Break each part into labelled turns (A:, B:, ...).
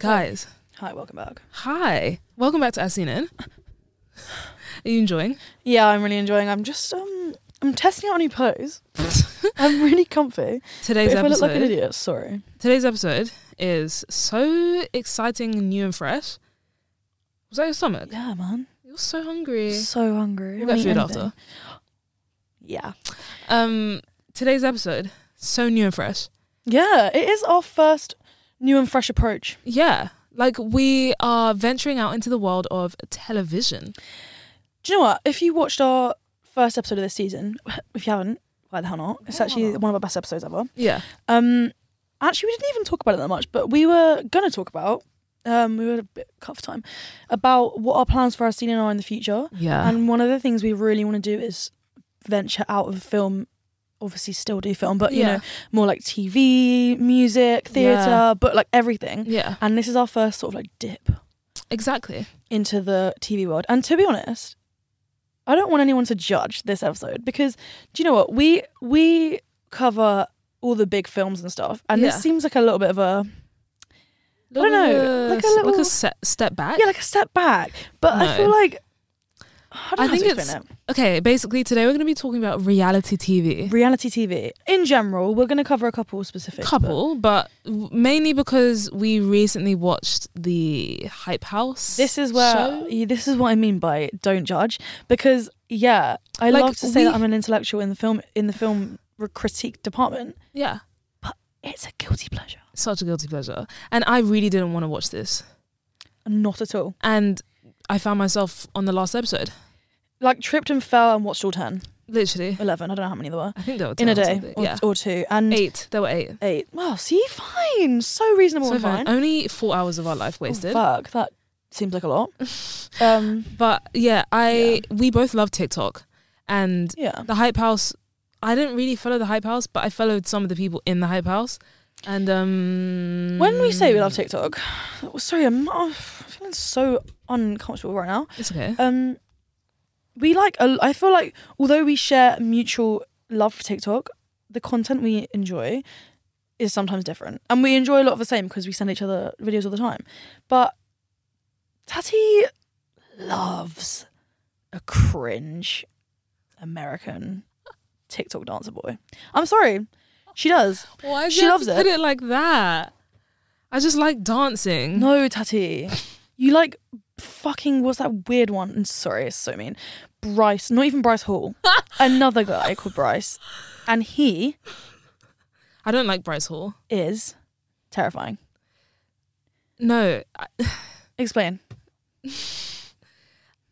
A: Guys,
B: Hi, welcome back.
A: hi. Welcome back to As Seen In. Are you enjoying?
B: Yeah, I'm really enjoying. I'm just um, I'm testing out a new pose. I'm really comfy. But
A: Today's
B: if I look
A: episode.
B: like an idiot, sorry.
A: Today's episode is so exciting, new and fresh. Was that your stomach?
B: Yeah, man.
A: You're so hungry.
B: So hungry.
A: We'll get
B: Haven't
A: food
B: eaten
A: after.
B: anything. Yeah.
A: Um, today's episode so new and fresh.
B: Yeah, it is our first new and fresh approach.
A: Yeah, like we are venturing out into the world of television.
B: Do you know what? If you watched our first episode of this season, if you haven't, why the hell not? It's
A: Why
B: actually
A: not?
B: one of our best episodes ever.
A: Yeah,
B: Um, actually, we didn't even talk about it that much, but we were gonna talk about. Um, we were a bit cut for time about what our plans for our scene are in the future.
A: yeah,
B: And one of the things we really want to do is venture out of film. Obviously, still do film, but you
A: Yeah.
B: know, more like TV, music, theatre,
A: Yeah.
B: but like everything.
A: yeah,
B: And this is our first sort of like dip
A: exactly.
B: into the TV world. And to be honest, I don't want anyone to judge this episode because do you know what we we cover all the big films and stuff, and
A: Yeah.
B: this seems like a little bit of a I don't know, like a
A: s- like
B: little-
A: a se- step back.
B: yeah, like a step back. But
A: No.
B: I feel like I, don't
A: I
B: know how
A: think
B: to explain
A: it's- okay, basically today we're going to be talking about reality TV.
B: it. reality TV in general. We're going to cover a couple specific
A: Couple, but w- mainly because we recently watched the Hype House.
B: This is where
A: show.
B: yeah, this is what I mean by don't judge because yeah, I
A: Like,
B: love to say
A: we-
B: that I'm an intellectual in the film in the film re- critique department.
A: yeah,
B: It's a guilty pleasure.
A: such a guilty pleasure, and I really didn't want to watch this,
B: Not at all.
A: and I found myself on the last episode,
B: Like tripped and fell and watched all 10,
A: literally.
B: 11, I don't know how many there were
A: I think there were
B: in a
A: 10 or
B: day
A: something.
B: or,
A: yeah,
B: or two and eight.
A: eight. There were eight.
B: Wow, see, fine, so reasonable
A: So
B: and
A: fun.
B: fine.
A: Only four hours of our life
B: Oh,
A: wasted.
B: fuck, that seems like a lot. um,
A: but yeah, I we both love TikTok, and
B: yeah,
A: the hype house. I didn't really follow the hype house, but I followed some of the people in the hype house, and um.
B: when we say we love TikTok, sorry, I'm I'm feeling so uncomfortable right now.
A: it's okay.
B: um we like a- I feel like although we share mutual love for TikTok, the content we enjoy is sometimes different. And we enjoy a lot of the same because we send each other videos all the time. But Tati loves a cringe American TikTok dancer boy. I'm sorry. She does.
A: Why
B: she loves
A: put it like that? I just like dancing.
B: No, Tati. You like fucking what's that weird one? And sorry, it's so mean. Bryce, not even Bryce Hall. Another guy called Bryce. And he
A: I don't like Bryce Hall.
B: is terrifying.
A: No, I,
B: Explain.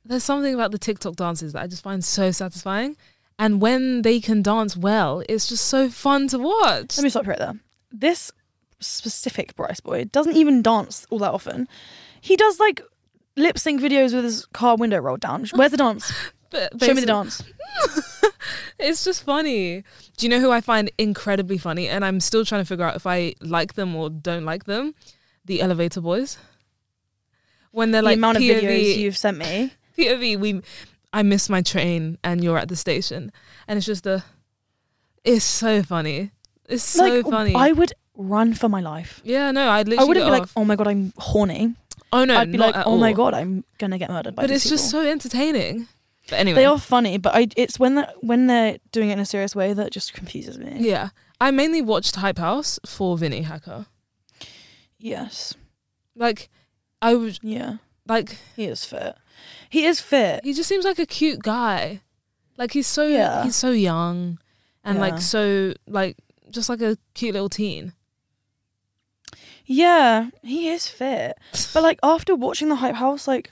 A: there's something about the TikTok dances that I just find so satisfying. And when they can dance well, it's just so fun to watch.
B: Let me stop you right there. This specific Bryce boy doesn't even dance all that often. He does like lip sync videos with his car window rolled down. Where's the dance?
A: But
B: Show me the
A: basically-
B: dance.
A: It's just funny. Do you know who I find incredibly funny? And I'm still trying to figure out if I like them or don't like them. The Elevator Boys. When they're
B: The
A: like
B: amount of
A: POV,
B: videos you've sent me.
A: POV, we, I missed my train and you're at the station, and it's just the, it's so funny. It's so
B: like
A: funny.
B: I would run for my life.
A: yeah, no, I'd literally.
B: I wouldn't
A: get
B: be like,
A: off.
B: oh my god, I'm horny.
A: oh no,
B: I'd be
A: not
B: like,
A: at
B: oh my
A: all."
B: god, I'm gonna get murdered by
A: But
B: these
A: it's just
B: people."
A: so entertaining. But anyway,
B: They are funny, but I it's when that when they're doing it in a serious way that just confuses me.
A: yeah. I mainly watched Hype House for Vinny Hacker.
B: Yes.
A: Like, I was
B: Yeah.
A: like.
B: He is fit. He is fit.
A: he just seems like a cute guy. Like he's so
B: Yeah.
A: he's so young and
B: Yeah.
A: like so like just like a cute little teen.
B: Yeah, he is fit. But like after watching the hype house, like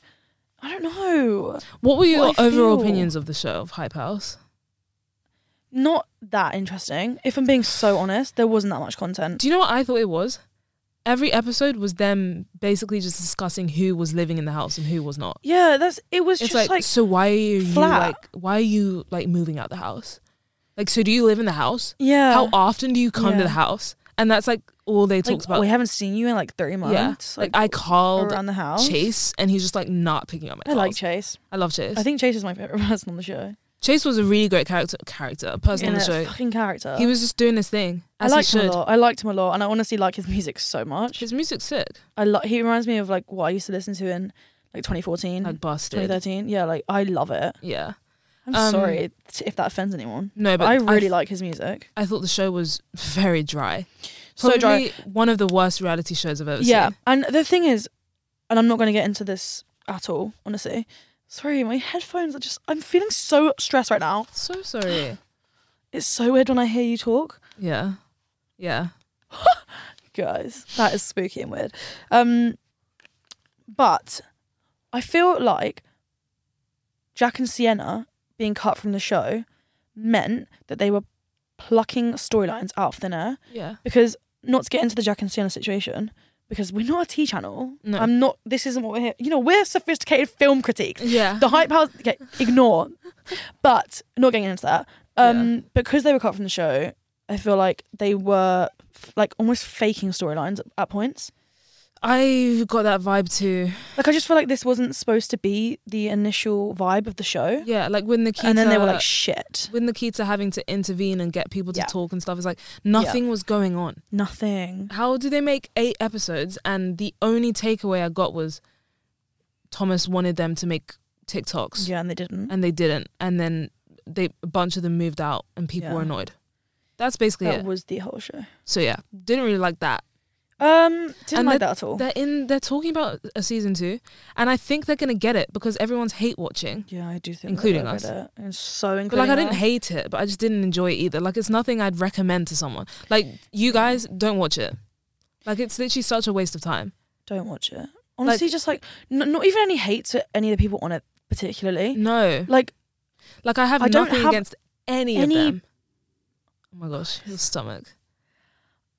B: I don't know.
A: What were your
B: What I
A: overall
B: feel.
A: opinions of the show of Hype House?
B: Not that interesting. If I'm being so honest, there wasn't that much content.
A: Do you know what I thought it was? Every episode was them basically just discussing who was living in the house and who was not.
B: Yeah, that's it was
A: It's
B: just
A: like,
B: like,
A: so why are you
B: flat.
A: like why are you like moving out the house? Like so do you live in the house?
B: yeah.
A: How often do you come to
B: Yeah.
A: the house? And that's like all they
B: like,
A: talked about.
B: we haven't seen you in like three
A: yeah.
B: months.
A: Like,
B: Like,
A: I called
B: around the house.
A: Chase and he's just like not picking up my
B: I
A: calls.
B: like Chase.
A: I love Chase.
B: I think Chase is my favorite person on the show.
A: Chase was a really great character, character, a person on
B: In
A: the
B: a
A: show.
B: fucking character.
A: He was just doing his thing
B: I
A: as he
B: liked him
A: should.
B: a lot. I liked him a lot, and I honestly like his music so much.
A: His music's sick.
B: I lo- he reminds me of like what I used to listen to in like 2014,
A: Like busted.
B: 2013. Yeah, like I love it.
A: Yeah.
B: I'm
A: Um,
B: sorry t- if that offends anyone.
A: No,
B: But
A: but
B: I really
A: I,
B: like his music.
A: I thought the show was very dry.
B: So dry.
A: Probably One of the worst reality shows I've ever
B: Yeah,
A: seen.
B: and the thing is, and I'm not going to get into this at all, honestly. Sorry, my headphones are just. I'm feeling so stressed right now.
A: So sorry.
B: It's so weird when I hear you talk,
A: Yeah. Yeah.
B: guys. That is spooky and weird. Um, but I feel like Jack and Sienna being cut from the show meant that they were plucking storylines out of thin air.
A: Yeah.
B: because not to get into the Jack and Sienna situation because we're not a T channel.
A: No.
B: I'm not. This isn't what we're here. You know, we're sophisticated film critiques.
A: Yeah.
B: The hype house. Okay, ignore. but not getting into that. Um, because they were cut from the show, I feel like they were f- like almost faking storylines at, at points.
A: I got that vibe too.
B: Like I just feel like this wasn't supposed to be the initial vibe of the show,
A: Yeah, like when Nikita
B: and then they were like, "Shit,
A: when Nikita having to intervene and get people to
B: Yeah.
A: talk and stuff, it's like nothing was going on.
B: nothing."
A: How do they make eight episodes? And the only takeaway I got was Thomas wanted them to make TikToks
B: Yeah, and they didn't.
A: and they didn't. And then they a bunch of them moved out and people
B: Yeah.
A: were annoyed. That's basically
B: That
A: it.
B: was the whole show.
A: so yeah, didn't really like that.
B: Um, didn't
A: And
B: like
A: the-
B: that at all.
A: They're in they're talking about a season two and I think they're gonna get it because everyone's hate watching.
B: Yeah, I do think
A: Including
B: that I
A: us.
B: read it. It's so
A: But
B: including.
A: like I didn't
B: us.
A: hate it, but I just didn't enjoy it either. Like it's nothing I'd recommend to someone. Like you guys don't watch it. Like it's literally such a waste of time.
B: Don't watch it. Honestly, just like n- not even any hate to any of the people on it particularly.
A: No.
B: Like
A: Like I have
B: I don't
A: nothing
B: have
A: against any,
B: any-
A: of them. Oh my gosh, your stomach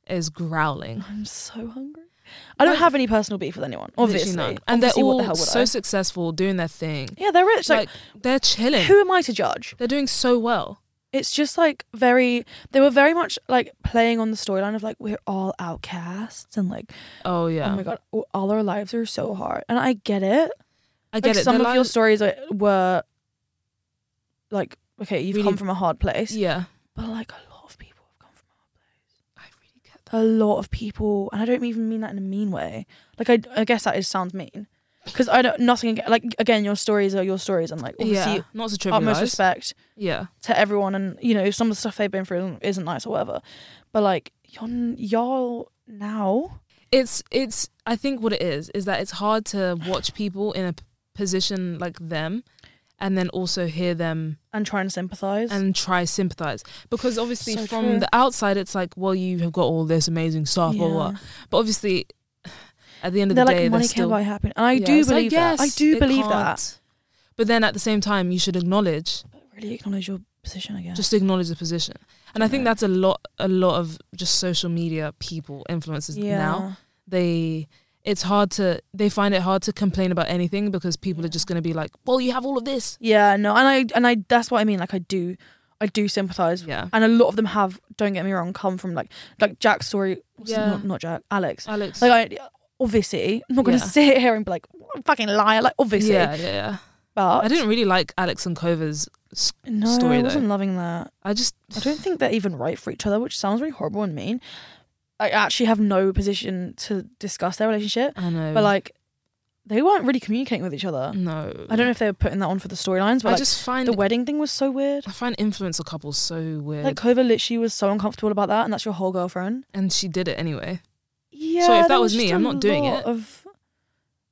A: is growling.
B: I'm so hungry. I don't
A: Like-
B: have any personal beef with anyone.
A: Literally
B: Obviously,
A: none. And
B: Obviously,
A: they're
B: what
A: all
B: the hell would
A: so
B: I?
A: successful doing their thing.
B: yeah, they're rich. Like,
A: Like, they're chilling.
B: who am I to judge?
A: they're doing so well.
B: It's just like very. They were very much like playing on the storyline of like we're all outcasts and like
A: Oh yeah.
B: oh my god, all- all our lives are so hard. And I get it.
A: I get
B: like
A: it.
B: some
A: Their
B: of your
A: lives-
B: stories like, were like okay, you've
A: Really-
B: come from a hard place.
A: Yeah.
B: But like a lot of people have come from
A: I really get
B: a lot of people, and I don't even mean that in a mean way. Like I, I guess that is sounds mean because I don't nothing aga- like again your stories are your stories and like obviously
A: Yeah. Not to
B: utmost
A: trivialize.
B: respect
A: Yeah.
B: to everyone and you know some of the stuff they've been through isn't- isn't nice or whatever, but like you're, n- y'all now
A: it's it's i think what it is is that it's hard to watch people in a p- position like them and then also hear them
B: and trying to sympathize
A: and try sympathize because obviously
B: So
A: from
B: true.
A: the outside it's like well you have got all this amazing stuff blah, blah, blah. but obviously at the end of
B: they're
A: the
B: like
A: day
B: money
A: they're still
B: can buy happiness, and I
A: Yeah,
B: do
A: it's like,
B: believe that. I
A: yes,
B: do
A: it
B: believe that.
A: can't. but then at the same time you should acknowledge
B: But really acknowledge your position again.
A: just acknowledge the position and i think
B: Yeah.
A: that's a lot a lot of just social media people influencers now they it's hard to they find it hard to complain about anything because people are just going to be like well you have all of this
B: Yeah, no, and I and I that's what I mean. Like I do, I do sympathize
A: yeah
B: and a lot of them have don't get me wrong come from like like jack's story what's his-
A: Yeah.
B: not, not jack alex
A: alex
B: like i obviously i'm not gonna
A: Yeah.
B: sit here and be like "What a fucking liar like obviously
A: yeah yeah yeah
B: but
A: i didn't really like alex and cover's s-
B: no
A: story,
B: i
A: though.
B: wasn't loving that
A: i just
B: i don't think they're even right for each other which sounds really horrible and mean i actually have no position to discuss their relationship
A: i know
B: but like they weren't really communicating with each other
A: no
B: i don't know if they were putting that on for the storylines but
A: i
B: like,
A: just find
B: the wedding thing was so weird
A: i find influencer couples so weird
B: like Kova literally was so uncomfortable about that and that's your whole girlfriend
A: and she did it anyway
B: Yeah.
A: that
B: there
A: was
B: just
A: me,
B: a
A: I'm not doing
B: lot
A: it.
B: Of,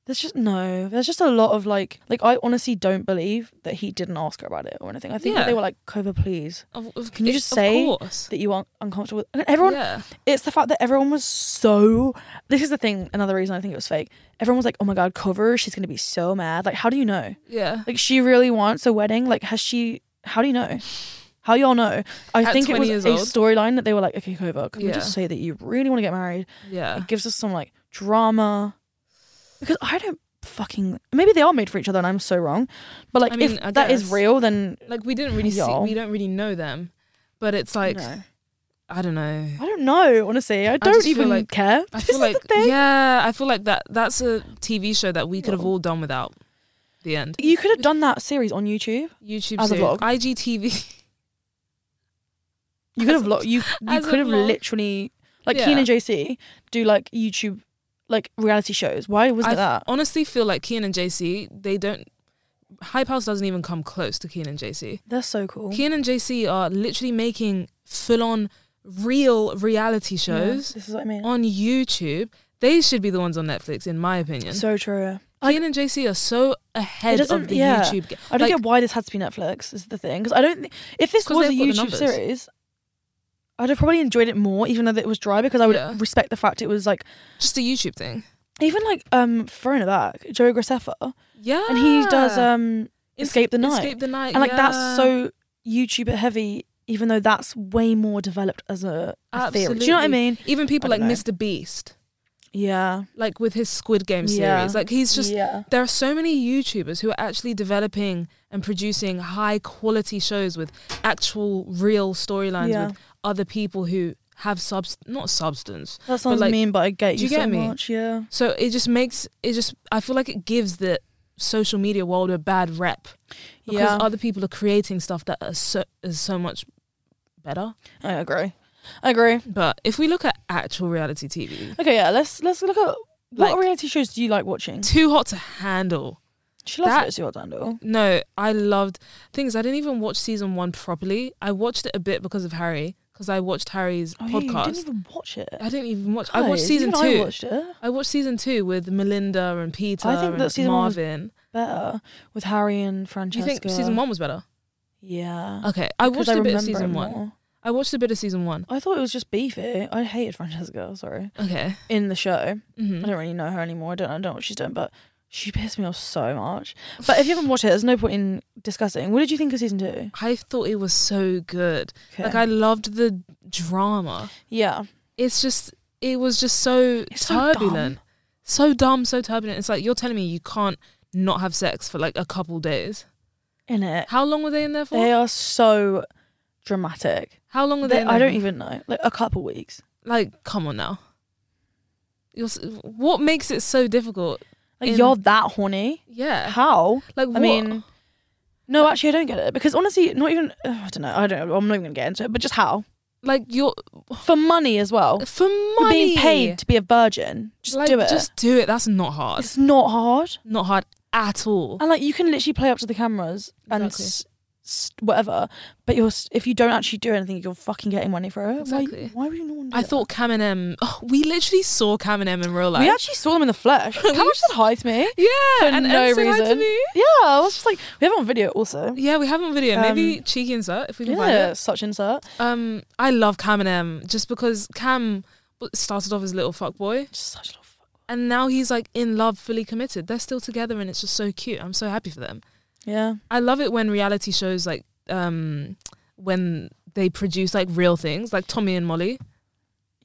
B: there's just no. There's just a lot of like, like I honestly don't believe that he didn't ask her about it or anything. I think that
A: Yeah.
B: they were like, Kova, please,
A: of, of-
B: Can you
A: it-
B: just
A: of
B: say
A: course.
B: that you aren't uncomfortable. with-" And everyone,
A: yeah
B: it's the fact that everyone was so. This is the thing. Another reason I think it was fake. Everyone was like, oh my god, Kova, she's gonna be so mad. Like, how do you know?
A: yeah
B: Like, she really wants a wedding. Like, has she? How do you know? How y'all know? I
A: At
B: think it
A: 20
B: was
A: years
B: a
A: old.
B: storyline that they were like, okay, Kova, can we
A: Yeah.
B: just say that you really want to get married?
A: yeah
B: it gives us some like drama because i don't fucking maybe they are made for each other and i'm so wrong but like
A: I mean,
B: if
A: I
B: that is
A: guess.
B: real then
A: like we didn't really see
B: Y'all.
A: we don't really know them but it's like
B: no.
A: i don't know
B: i don't know honestly i don't
A: just feel
B: even
A: like-
B: care
A: I
B: This
A: feel
B: is
A: like
B: the thing.
A: yeah, I feel like that that's a TV show that we could have
B: Yeah.
A: all done without. The end.
B: You could have done that series on YouTube.
A: YouTube
B: As a
A: series.
B: vlog.
A: IGTV.
B: You could
A: As
B: have
A: a-
B: lo- you you
A: as a
B: could have
A: vlog.
B: literally like
A: Yeah.
B: Keen and JC do like YouTube like reality shows. Why was
A: I
B: it that?
A: honestly feel like Keen and JC, they don't. Hype House doesn't even come close to Keen and JC.
B: They're so cool.
A: Keen and JC are literally making full on real reality
B: Yeah,
A: shows
B: this is what I mean.
A: on YouTube. They should be the ones on Netflix, in my opinion.
B: So true.
A: Keen and JC are so ahead of
B: doesn't-
A: the
B: yeah.
A: YouTube. Ga-
B: I don't
A: Like-
B: get why this had to be Netflix is the thing because I don't. thi- if this
A: 'Cause
B: was a
A: they've got the
B: YouTube
A: numbers.
B: series, I'd have probably enjoyed it more, even though that it was dry, because I would
A: Yeah.
B: respect the fact it was like
A: Just a YouTube thing.
B: even like um throwing it back Joey Graceffa,
A: Yeah.
B: and he does um Escape the Night,
A: Ah. Escape the night.
B: and like
A: yeah.
B: that's so YouTube heavy, even though that's way more developed as a, a theory. Do you know what I
A: Absolutely.
B: mean?
A: Even people
B: I
A: like
B: don't
A: Mr. Beast,
B: Yeah,
A: like with his Squid Game series,
B: Yeah.
A: like he's just.
B: yeah.
A: There are so many YouTubers who are actually developing and producing high quality shows with actual real storylines
B: Yeah.
A: with other people who have subs not substance.
B: That sounds
A: like,
B: mean, but I get
A: do
B: you,
A: you get
B: so
A: me?
B: much. Yeah,
A: So it just makes it just I feel like it gives the social media world a bad rep because
B: yeah.
A: other people are creating stuff that are so is so much better.
B: I agree. I agree.
A: But if we look at actual reality TV,
B: Okay, yeah. Let's let's look at what
A: Like-
B: reality shows do you like watching?
A: too hot to handle.
B: She loves
A: That-
B: Rosie O'Donnell.
A: No, I loved things. I didn't even watch season one properly. I watched it a bit because of Harry, because I watched Harry's
B: Oh, yeah,
A: podcast.
B: you didn't even watch it.
A: I didn't even watch. I
B: Guys,
A: watched season
B: even
A: two.
B: I watched it.
A: I watched season two with Melinda and Peter
B: I think
A: and
B: that season one was
A: Marvin.
B: Better with Harry and
A: Do you
B: Francesca.
A: think season one was better?
B: Yeah.
A: Okay, I
B: Uh, Because
A: watched a bit of
B: remember it
A: season one.
B: more.
A: I watched a bit of season one.
B: I thought it was just beefy. I hated Francesca. Sorry.
A: Okay.
B: In the show, I
A: Mm-hmm.
B: don't really know her anymore. I don't. I don't know what she's doing, but she pissed me off so much. But if you haven't watched it, there's no point in discussing. What did you think of season two? Okay.
A: I thought it was so good. Like I loved the drama.
B: yeah.
A: It's just it was just so
B: It's so dumb.
A: turbulent. So dumb. so turbulent. It's like you're telling me you can't not have sex for like a couple days.
B: In it,
A: How long were they in there for?
B: they are so dramatic.
A: How long were they?
B: They-
A: in
B: I
A: there
B: don't
A: for?
B: even know. Like a couple weeks.
A: like. Come on now. You're, s- what makes it so difficult?
B: Like
A: In-
B: you're that horny.
A: Yeah.
B: How?
A: Like what?
B: I mean, no, actually, I don't get it because honestly, not even. ugh, I don't know. I don't know. I'm not even gonna get into it. But just how
A: like you're
B: for money as well.
A: for money.
B: oh, You're being paid to be a virgin. Just
A: Like,
B: do it.
A: Just do it. That's not hard.
B: it's Um, not hard,
A: not hard at all.
B: and like you can literally play up to the cameras and
A: Oh. Exactly.
B: s- s- whatever. But you're s- if you don't actually do anything, you're fucking getting money for it.
A: Exactly.
B: Why, why would you not? wanna do
A: I
B: that?
A: thought Cam and M. Oh, we literally saw Cam and M in real life.
B: we actually saw them in the flesh. How much did hide me?
A: yeah,
B: for
A: and
B: no
A: M said hi to
B: reason.
A: me.
B: Yeah, I was just like, we have it on video also.
A: Yeah, we have on video. Maybe
B: Um,
A: cheeky insert if we can find
B: Yeah,
A: it.
B: such insert.
A: Um, I love Cam and M just because Cam w- started off as a little fuck boy,
B: Such a little fuck.
A: and now he's like in love, fully committed. They're still together, and it's just so cute. I'm so happy for them.
B: Yeah.
A: I love it when reality shows like um when they produce like real things, like Tommy and Molly.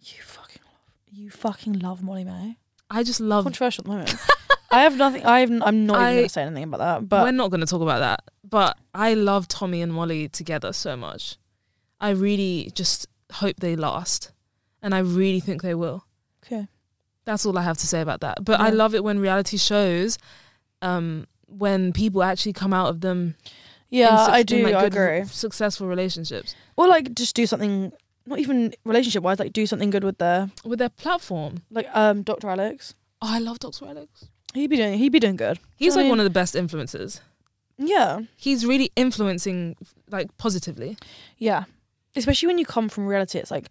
B: You fucking love. You fucking love Molly May.
A: I just love.
B: Controversial at the moment. I have nothing. I have. I'm not
A: I-
B: even gonna say anything about that. But
A: we're not going to talk about that. But I love Tommy and Molly together so much. I really just hope they last, and I really think they will.
B: okay.
A: That's all I have to say about that. But I
B: Yeah.
A: love it when reality shows, um, when people actually come out of them. in
B: Yeah,
A: such-
B: I
A: in,
B: do.
A: like,
B: I
A: good, r-
B: agree.
A: Successful relationships
B: Or like just do something. Not even relationship wise. Like do something good with their
A: with their platform.
B: like um Dr. Alex.
A: Oh, I love Dr. Alex.
B: He'd be doing. He'd be doing good.
A: He's
B: I
A: like
B: mean-
A: one of the best influencers.
B: Yeah.
A: he's really influencing like positively.
B: Yeah. Especially when you come from reality, it's like,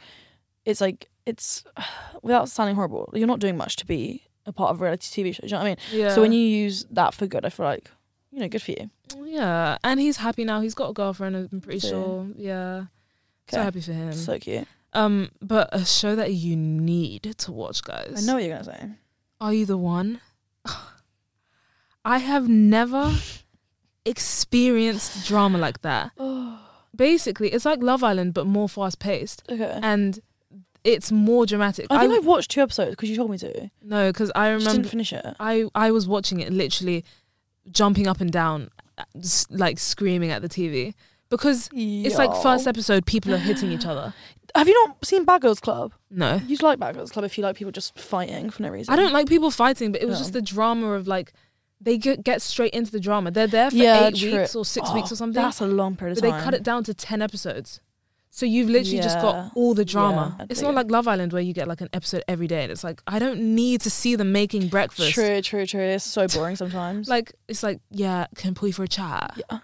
B: it's like it's without sounding horrible. You're not doing much to be a part of a reality TV show. Do you know what I mean?
A: Yeah.
B: So when you use that for good, I feel like you know, good for you.
A: yeah, and he's happy now. He's got a girlfriend. I'm pretty
B: Yeah.
A: sure. Yeah, so
B: Okay.
A: happy for him.
B: So cute.
A: um, but a show that you need to watch, guys.
B: I know what you're gonna say.
A: Are you the one? I have never experienced drama like that.
B: Oh,
A: Basically, it's like Love Island but more fast paced,
B: okay.
A: and it's more dramatic.
B: I think I, have watched two episodes because you told me to.
A: no, because I
B: Just
A: remember
B: didn't finish it.
A: I I was watching it literally jumping up and down, s- like screaming at the TV because it's like first episode people are hitting each other.
B: Have you not seen Bad Girls Club?
A: No,
B: You'd like Bad Girls Club if you like people just fighting for no reason.
A: I don't like people fighting, but it was
B: Oh.
A: just the drama of like they get, get straight into the drama. They're there for
B: Yeah,
A: eight
B: true.
A: weeks or six
B: Oh,
A: weeks or something,
B: That's a long period
A: but
B: of
A: they
B: time.
A: cut it down to ten episodes. So you've literally just
B: Yeah.
A: got all the drama.
B: Yeah, I
A: it's
B: dig
A: not
B: it.
A: like Love Island where you get like an episode every day, and it's like I don't need to see them making breakfast.
B: True, true, true. It's so boring sometimes.
A: Like it's like yeah, can pull you for a chat.
B: yeah.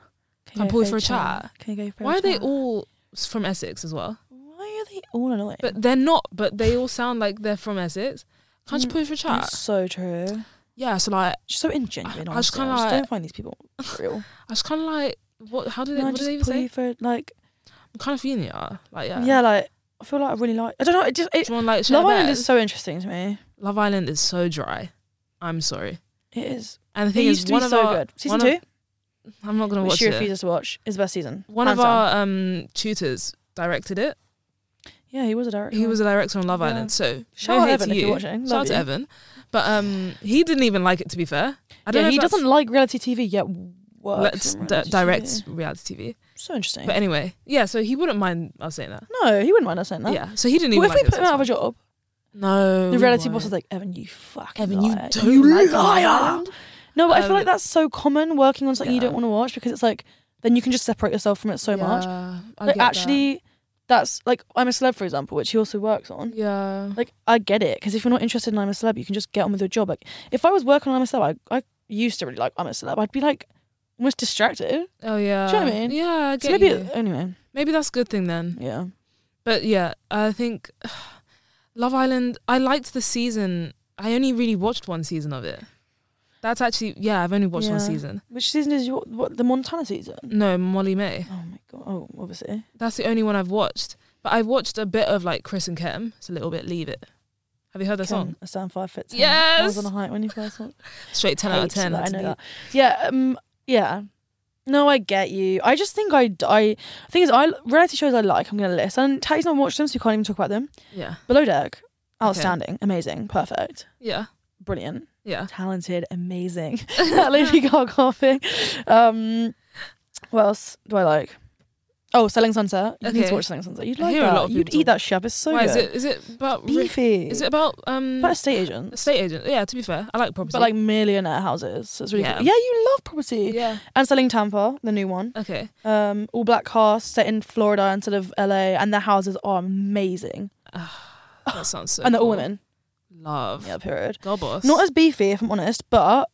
A: Can I
B: go
A: pull you
B: a
A: for a chat?
B: Can you go for a
A: Why are they
B: chat?
A: all s- from Essex as well?
B: Why are they all annoying?
A: But they're not. But they all sound like they're from Essex. Can't you
B: Mm,
A: pull you for a chat?
B: That's so true.
A: Yeah. So like,
B: Just so ingenuine.
A: I just
B: I, just
A: kinda
B: I just
A: like-
B: don't find these people real.
A: I was kind of like, what? How do they?
B: No, I
A: what do
B: just
A: they even
B: pull
A: say?
B: you for like
A: I'm kind of feeling it. uh, Like yeah.
B: yeah. like I feel like I really like. I don't know. It just it,
A: Do you want like share
B: Love Island
A: bed?
B: is so interesting to me.
A: Love Island is so dry. I'm sorry.
B: It is.
A: And the
B: It
A: thing is,
B: used to
A: one
B: be
A: of
B: so
A: our
B: good. Season
A: one
B: two,
A: of- I'm not gonna
B: which
A: watch
B: she
A: it.
B: refuses to watch, is the best season.
A: One
B: hands
A: of
B: down.
A: our um tutors directed it.
B: Yeah, he was a director.
A: He was a director on Love
B: Yeah.
A: Island, so
B: Shout
A: no
B: out
A: hate
B: Evan
A: to
B: if you're
A: you.
B: watching.
A: Shout
B: Love
A: out to
B: you.
A: Evan, but um, he didn't even like it. To be fair, I don't
B: yeah,
A: know.
B: he
A: if that's-
B: doesn't like reality TV yet. Works
A: Let's
B: in
A: d-
B: reality
A: direct
B: TV.
A: reality TV.
B: So interesting.
A: But anyway, yeah. So he wouldn't mind us saying that.
B: no, he wouldn't mind us saying that.
A: Yeah. So he didn't even.
B: Well, if
A: like
B: we put
A: us,
B: him out of a
A: that's
B: job,
A: fine. no,
B: the
A: we
B: reality
A: won't.
B: boss is like, Evan, you fucking
A: Evan, you
B: liar.
A: don't like
B: you
A: Love
B: liar.
A: Island.
B: No, but I feel
A: Um,
B: like that's so common working on something you
A: yeah.
B: don't want to watch because it's like then you can just separate yourself from it so much.
A: Yeah, I
B: Like
A: get that.
B: actually, that's like I'm a celeb for example, which he also works on.
A: yeah.
B: Like I get it because if you're not interested in I'm a celeb, you can just get on with your job. Like if I was working on I'm a celeb, I, I used to really like I'm a celeb. I'd be like almost distracted.
A: Oh yeah.
B: Do you know what I mean?
A: Yeah, I
B: So
A: get
B: maybe
A: you.
B: anyway,
A: Maybe that's a good thing then.
B: yeah.
A: But yeah, I think Love Island. I liked the season. I only really watched one season of it. That's actually yeah. I've only watched one
B: Yeah.
A: season.
B: Which season is your what the Montana season?
A: No, Molly May.
B: Oh my god! Oh, obviously.
A: That's the only one I've watched. But I watched a bit of like Chris and Kem. It's a little bit. Leave it. Have you heard that song?
B: Ken, I stand five foot ten. I
A: Yes.
B: was on a height when you first watched.
A: Straight ten out of
B: hates
A: ten.
B: that, I
A: to
B: know
A: be-
B: that. Yeah, um, yeah. No, I get you. I just think I, I thing is, I reality shows I like. I'm gonna list, and Tati's not watched them, so we can't even talk about them.
A: Yeah.
B: Below Deck, outstanding, amazing, perfect,
A: Yeah.
B: brilliant,
A: Yeah.
B: talented, amazing. that Lady Gaga thing. Um, what else do I like? Oh, Selling Sunset. You need
A: Okay.
B: to watch Selling Sunset. You'd
A: I
B: like
A: hear a
B: that.
A: lot of
B: You'd
A: people
B: eat that shab. It's so
A: Why is
B: good.
A: it? Is it about? Ri-
B: beefy?
A: is it about um?
B: about estate agents?
A: Estate agent. Yeah. To be fair, I like property.
B: But like millionaire houses. So it's really
A: Yeah.
B: cool. Yeah, you love property.
A: yeah.
B: And Selling Tampa, the new one.
A: Okay.
B: um, all black cast set in Florida instead of LA, and their houses are amazing,
A: That sounds so.
B: and they're all
A: cool.
B: women.
A: Love.
B: Yeah, period.
A: God boss.
B: Not as beefy, if I'm honest, but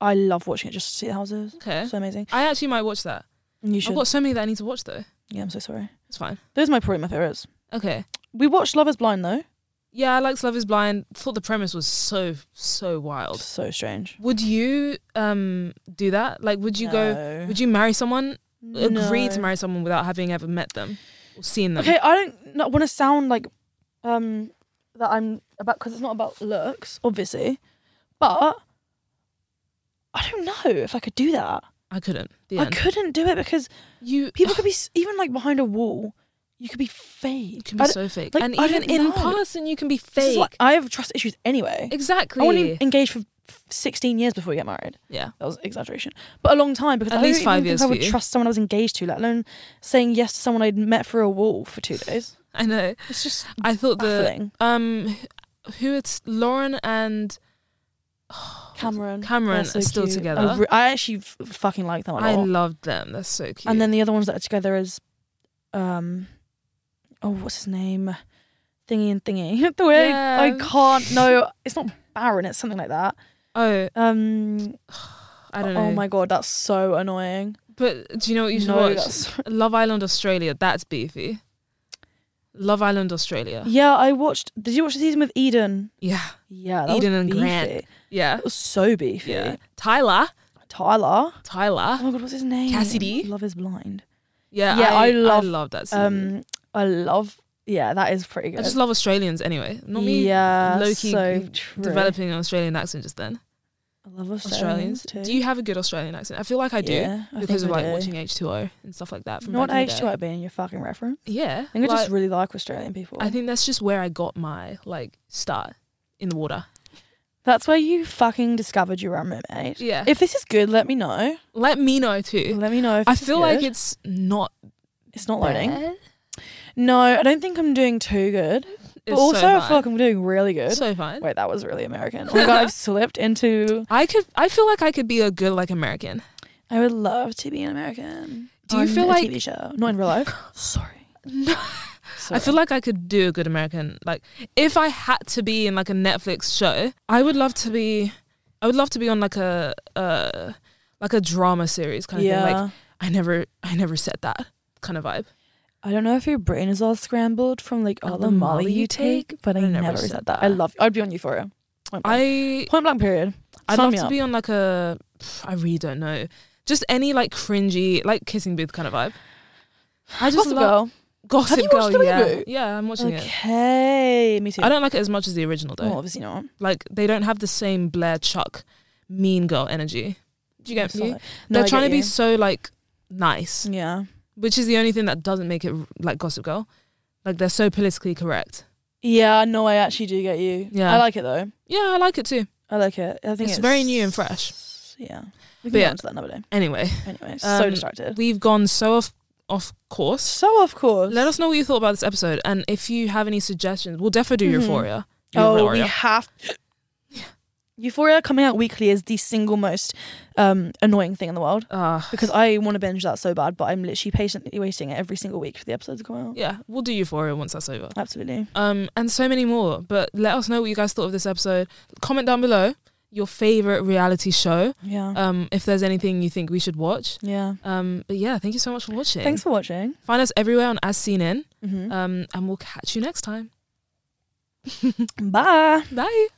B: I love watching it just to see the houses.
A: okay.
B: So amazing.
A: I actually might watch that.
B: You should.
A: I've got so many that I need to watch though.
B: yeah, I'm so sorry.
A: It's fine.
B: Those are my probably my favorites.
A: Okay.
B: We watched Love Is Blind though.
A: Yeah, I liked Love Is Blind. Thought the premise was so so wild.
B: So strange.
A: Would you um do that? Like, would you go?
B: No.
A: Would you marry someone? Agree to
B: No.
A: marry someone without having ever met them or seen them?
B: Okay, I don't not want to sound like um that I'm about because it's not about looks, obviously, but I don't know if I could do that.
A: I couldn't. The
B: I
A: end.
B: couldn't do it because
A: you
B: People could be s- even like behind a wall. You could be fake.
A: you can be
B: I d-
A: so fake,
B: like,
A: and
B: I
A: even
B: don't
A: in
B: know.
A: person, you can be
B: this is
A: fake.
B: why I have trust issues anyway.
A: exactly.
B: I want to engage for f- sixteen years before we get married.
A: yeah.
B: That was exaggeration, but a long time because
A: At
B: I
A: least
B: don't
A: five
B: even
A: years
B: think I
A: for
B: would
A: you.
B: trust someone I was engaged to, let alone saying yes to someone I'd met through a wall for two days.
A: I know.
B: It's just
A: I thought the
B: baffling.
A: um, who it's Lauren and
B: Cameron,
A: Cameron
B: they're so
A: are still
B: cute.
A: together.
B: I, re- I actually f- fucking like them a lot.
A: I loved them. That's so cute.
B: and then the other ones that are together is, um, oh, what's his name? Thingy and Thingy. the way I
A: Yeah.
B: can't know. It's not Baron. It's something like that.
A: oh,
B: Um,
A: I don't know.
B: oh my god, that's so annoying.
A: But do you know what you should
B: No,
A: watch?
B: that's-
A: Love Island Australia. That's beefy. Love Island Australia.
B: yeah, I watched. Did you watch the season with Eden?
A: Yeah.
B: Yeah, that
A: Eden
B: was
A: and
B: beefy.
A: Grant. Yeah.
B: That was so beefy.
A: Yeah. Tyler.
B: Tyler.
A: Tyler.
B: Oh my god, what's his name?
A: Cassidy.
B: Love is blind.
A: Yeah.
B: Yeah, I love,
A: I love that season.
B: Um, I love. Yeah, that is pretty good.
A: I just love Australians anyway. Not me
B: yeah,
A: low-key
B: so true.
A: developing an Australian accent just then.
B: I love Australians.
A: Australians.
B: too.
A: Do you have a good Australian accent? I feel like I do
B: Yeah, I
A: because of
B: think I
A: like
B: do.
A: watching H2O and stuff like that. From
B: Not
A: back in the day.
B: H2O being your fucking reference.
A: Yeah.
B: I think I
A: like,
B: just really like Australian people.
A: I think that's just where I got my like start in the water.
B: That's where you fucking discovered you were a mermaid.
A: Yeah.
B: If this is good, let me know.
A: Let me know too.
B: Let me know if
A: I
B: this is
A: feel like
B: good.
A: it's not
B: it's not loading.
A: bad.
B: No, I don't think I'm doing too good.
A: It's
B: but also,
A: so
B: I
A: fine.
B: feel like I'm doing really good.
A: so fine.
B: Wait, that was really American. Oh my god, I've slipped into.
A: I could. I feel like I could be a good like American.
B: I would love to be an American.
A: Do you
B: on
A: feel
B: a
A: like-
B: TV show? Not in real life. Sorry.
A: No. I feel like I could do a good American. Like if I had to be in like a Netflix show, I would love to be. I would love to be on like a uh like a drama series kind of thing. Like I never, I never said that kind of vibe.
B: I don't know if your brain is all scrambled from like all
A: All
B: the,
A: the
B: Molly,
A: Molly
B: you
A: you
B: take,
A: take?
B: but I, never, said that. I love. I'd be on Euphoria. Point blank.
A: I
B: Point blank. Period.
A: I'd
B: Sign
A: love
B: me
A: to
B: up.
A: be on like a. pff, I really don't know. Just any like cringy, like kissing booth kind of vibe. I just
B: Gossip
A: love
B: Girl.
A: Gossip
B: Have you
A: Girl.
B: watched the
A: yeah,
B: reboot?
A: yeah, I'm watching it.
B: Okay, me too.
A: I don't like it as much as the original though.
B: Well, obviously not.
A: Like they don't have the same Blair Chuck, mean girl energy. Do you get me?
B: Solid. No,
A: They're
B: I
A: trying
B: get
A: to be
B: you.
A: so like nice,
B: Yeah.
A: which is the only thing that doesn't make it like Gossip Girl. Like they're so politically correct.
B: Yeah. No, I actually do get you.
A: Yeah.
B: I like it though.
A: Yeah, I like it too.
B: I like it. I think
A: It's very new and fresh.
B: Yeah.
A: But
B: We can
A: yeah.
B: get onto that another day.
A: Anyway,
B: Anyway, so
A: Um,
B: distracted.
A: we've gone so off off course.
B: So of course.
A: Let us know what you thought about this episode, and if you have any suggestions, we'll definitely do
B: Mhm.
A: Euphoria.
B: Oh, we
A: Euphoria.
B: have. Euphoria coming out weekly is the single most um, annoying thing in the world
A: Ah,
B: because I want to binge that so bad, but I'm literally patiently waiting it every single week for the episode to come out.
A: yeah, we'll do Euphoria once that's over.
B: Absolutely.
A: Um, and so many more. But let us know what you guys thought of this episode. Comment down below your favorite reality show.
B: Yeah.
A: Um, if there's anything you think we should watch.
B: yeah.
A: Um, but yeah, Uh, thank you so much for watching.
B: Thanks for watching.
A: Find us everywhere on As Seen In.
B: Mhm.
A: Um, and we'll catch you next time.
B: Bye.
A: Bye.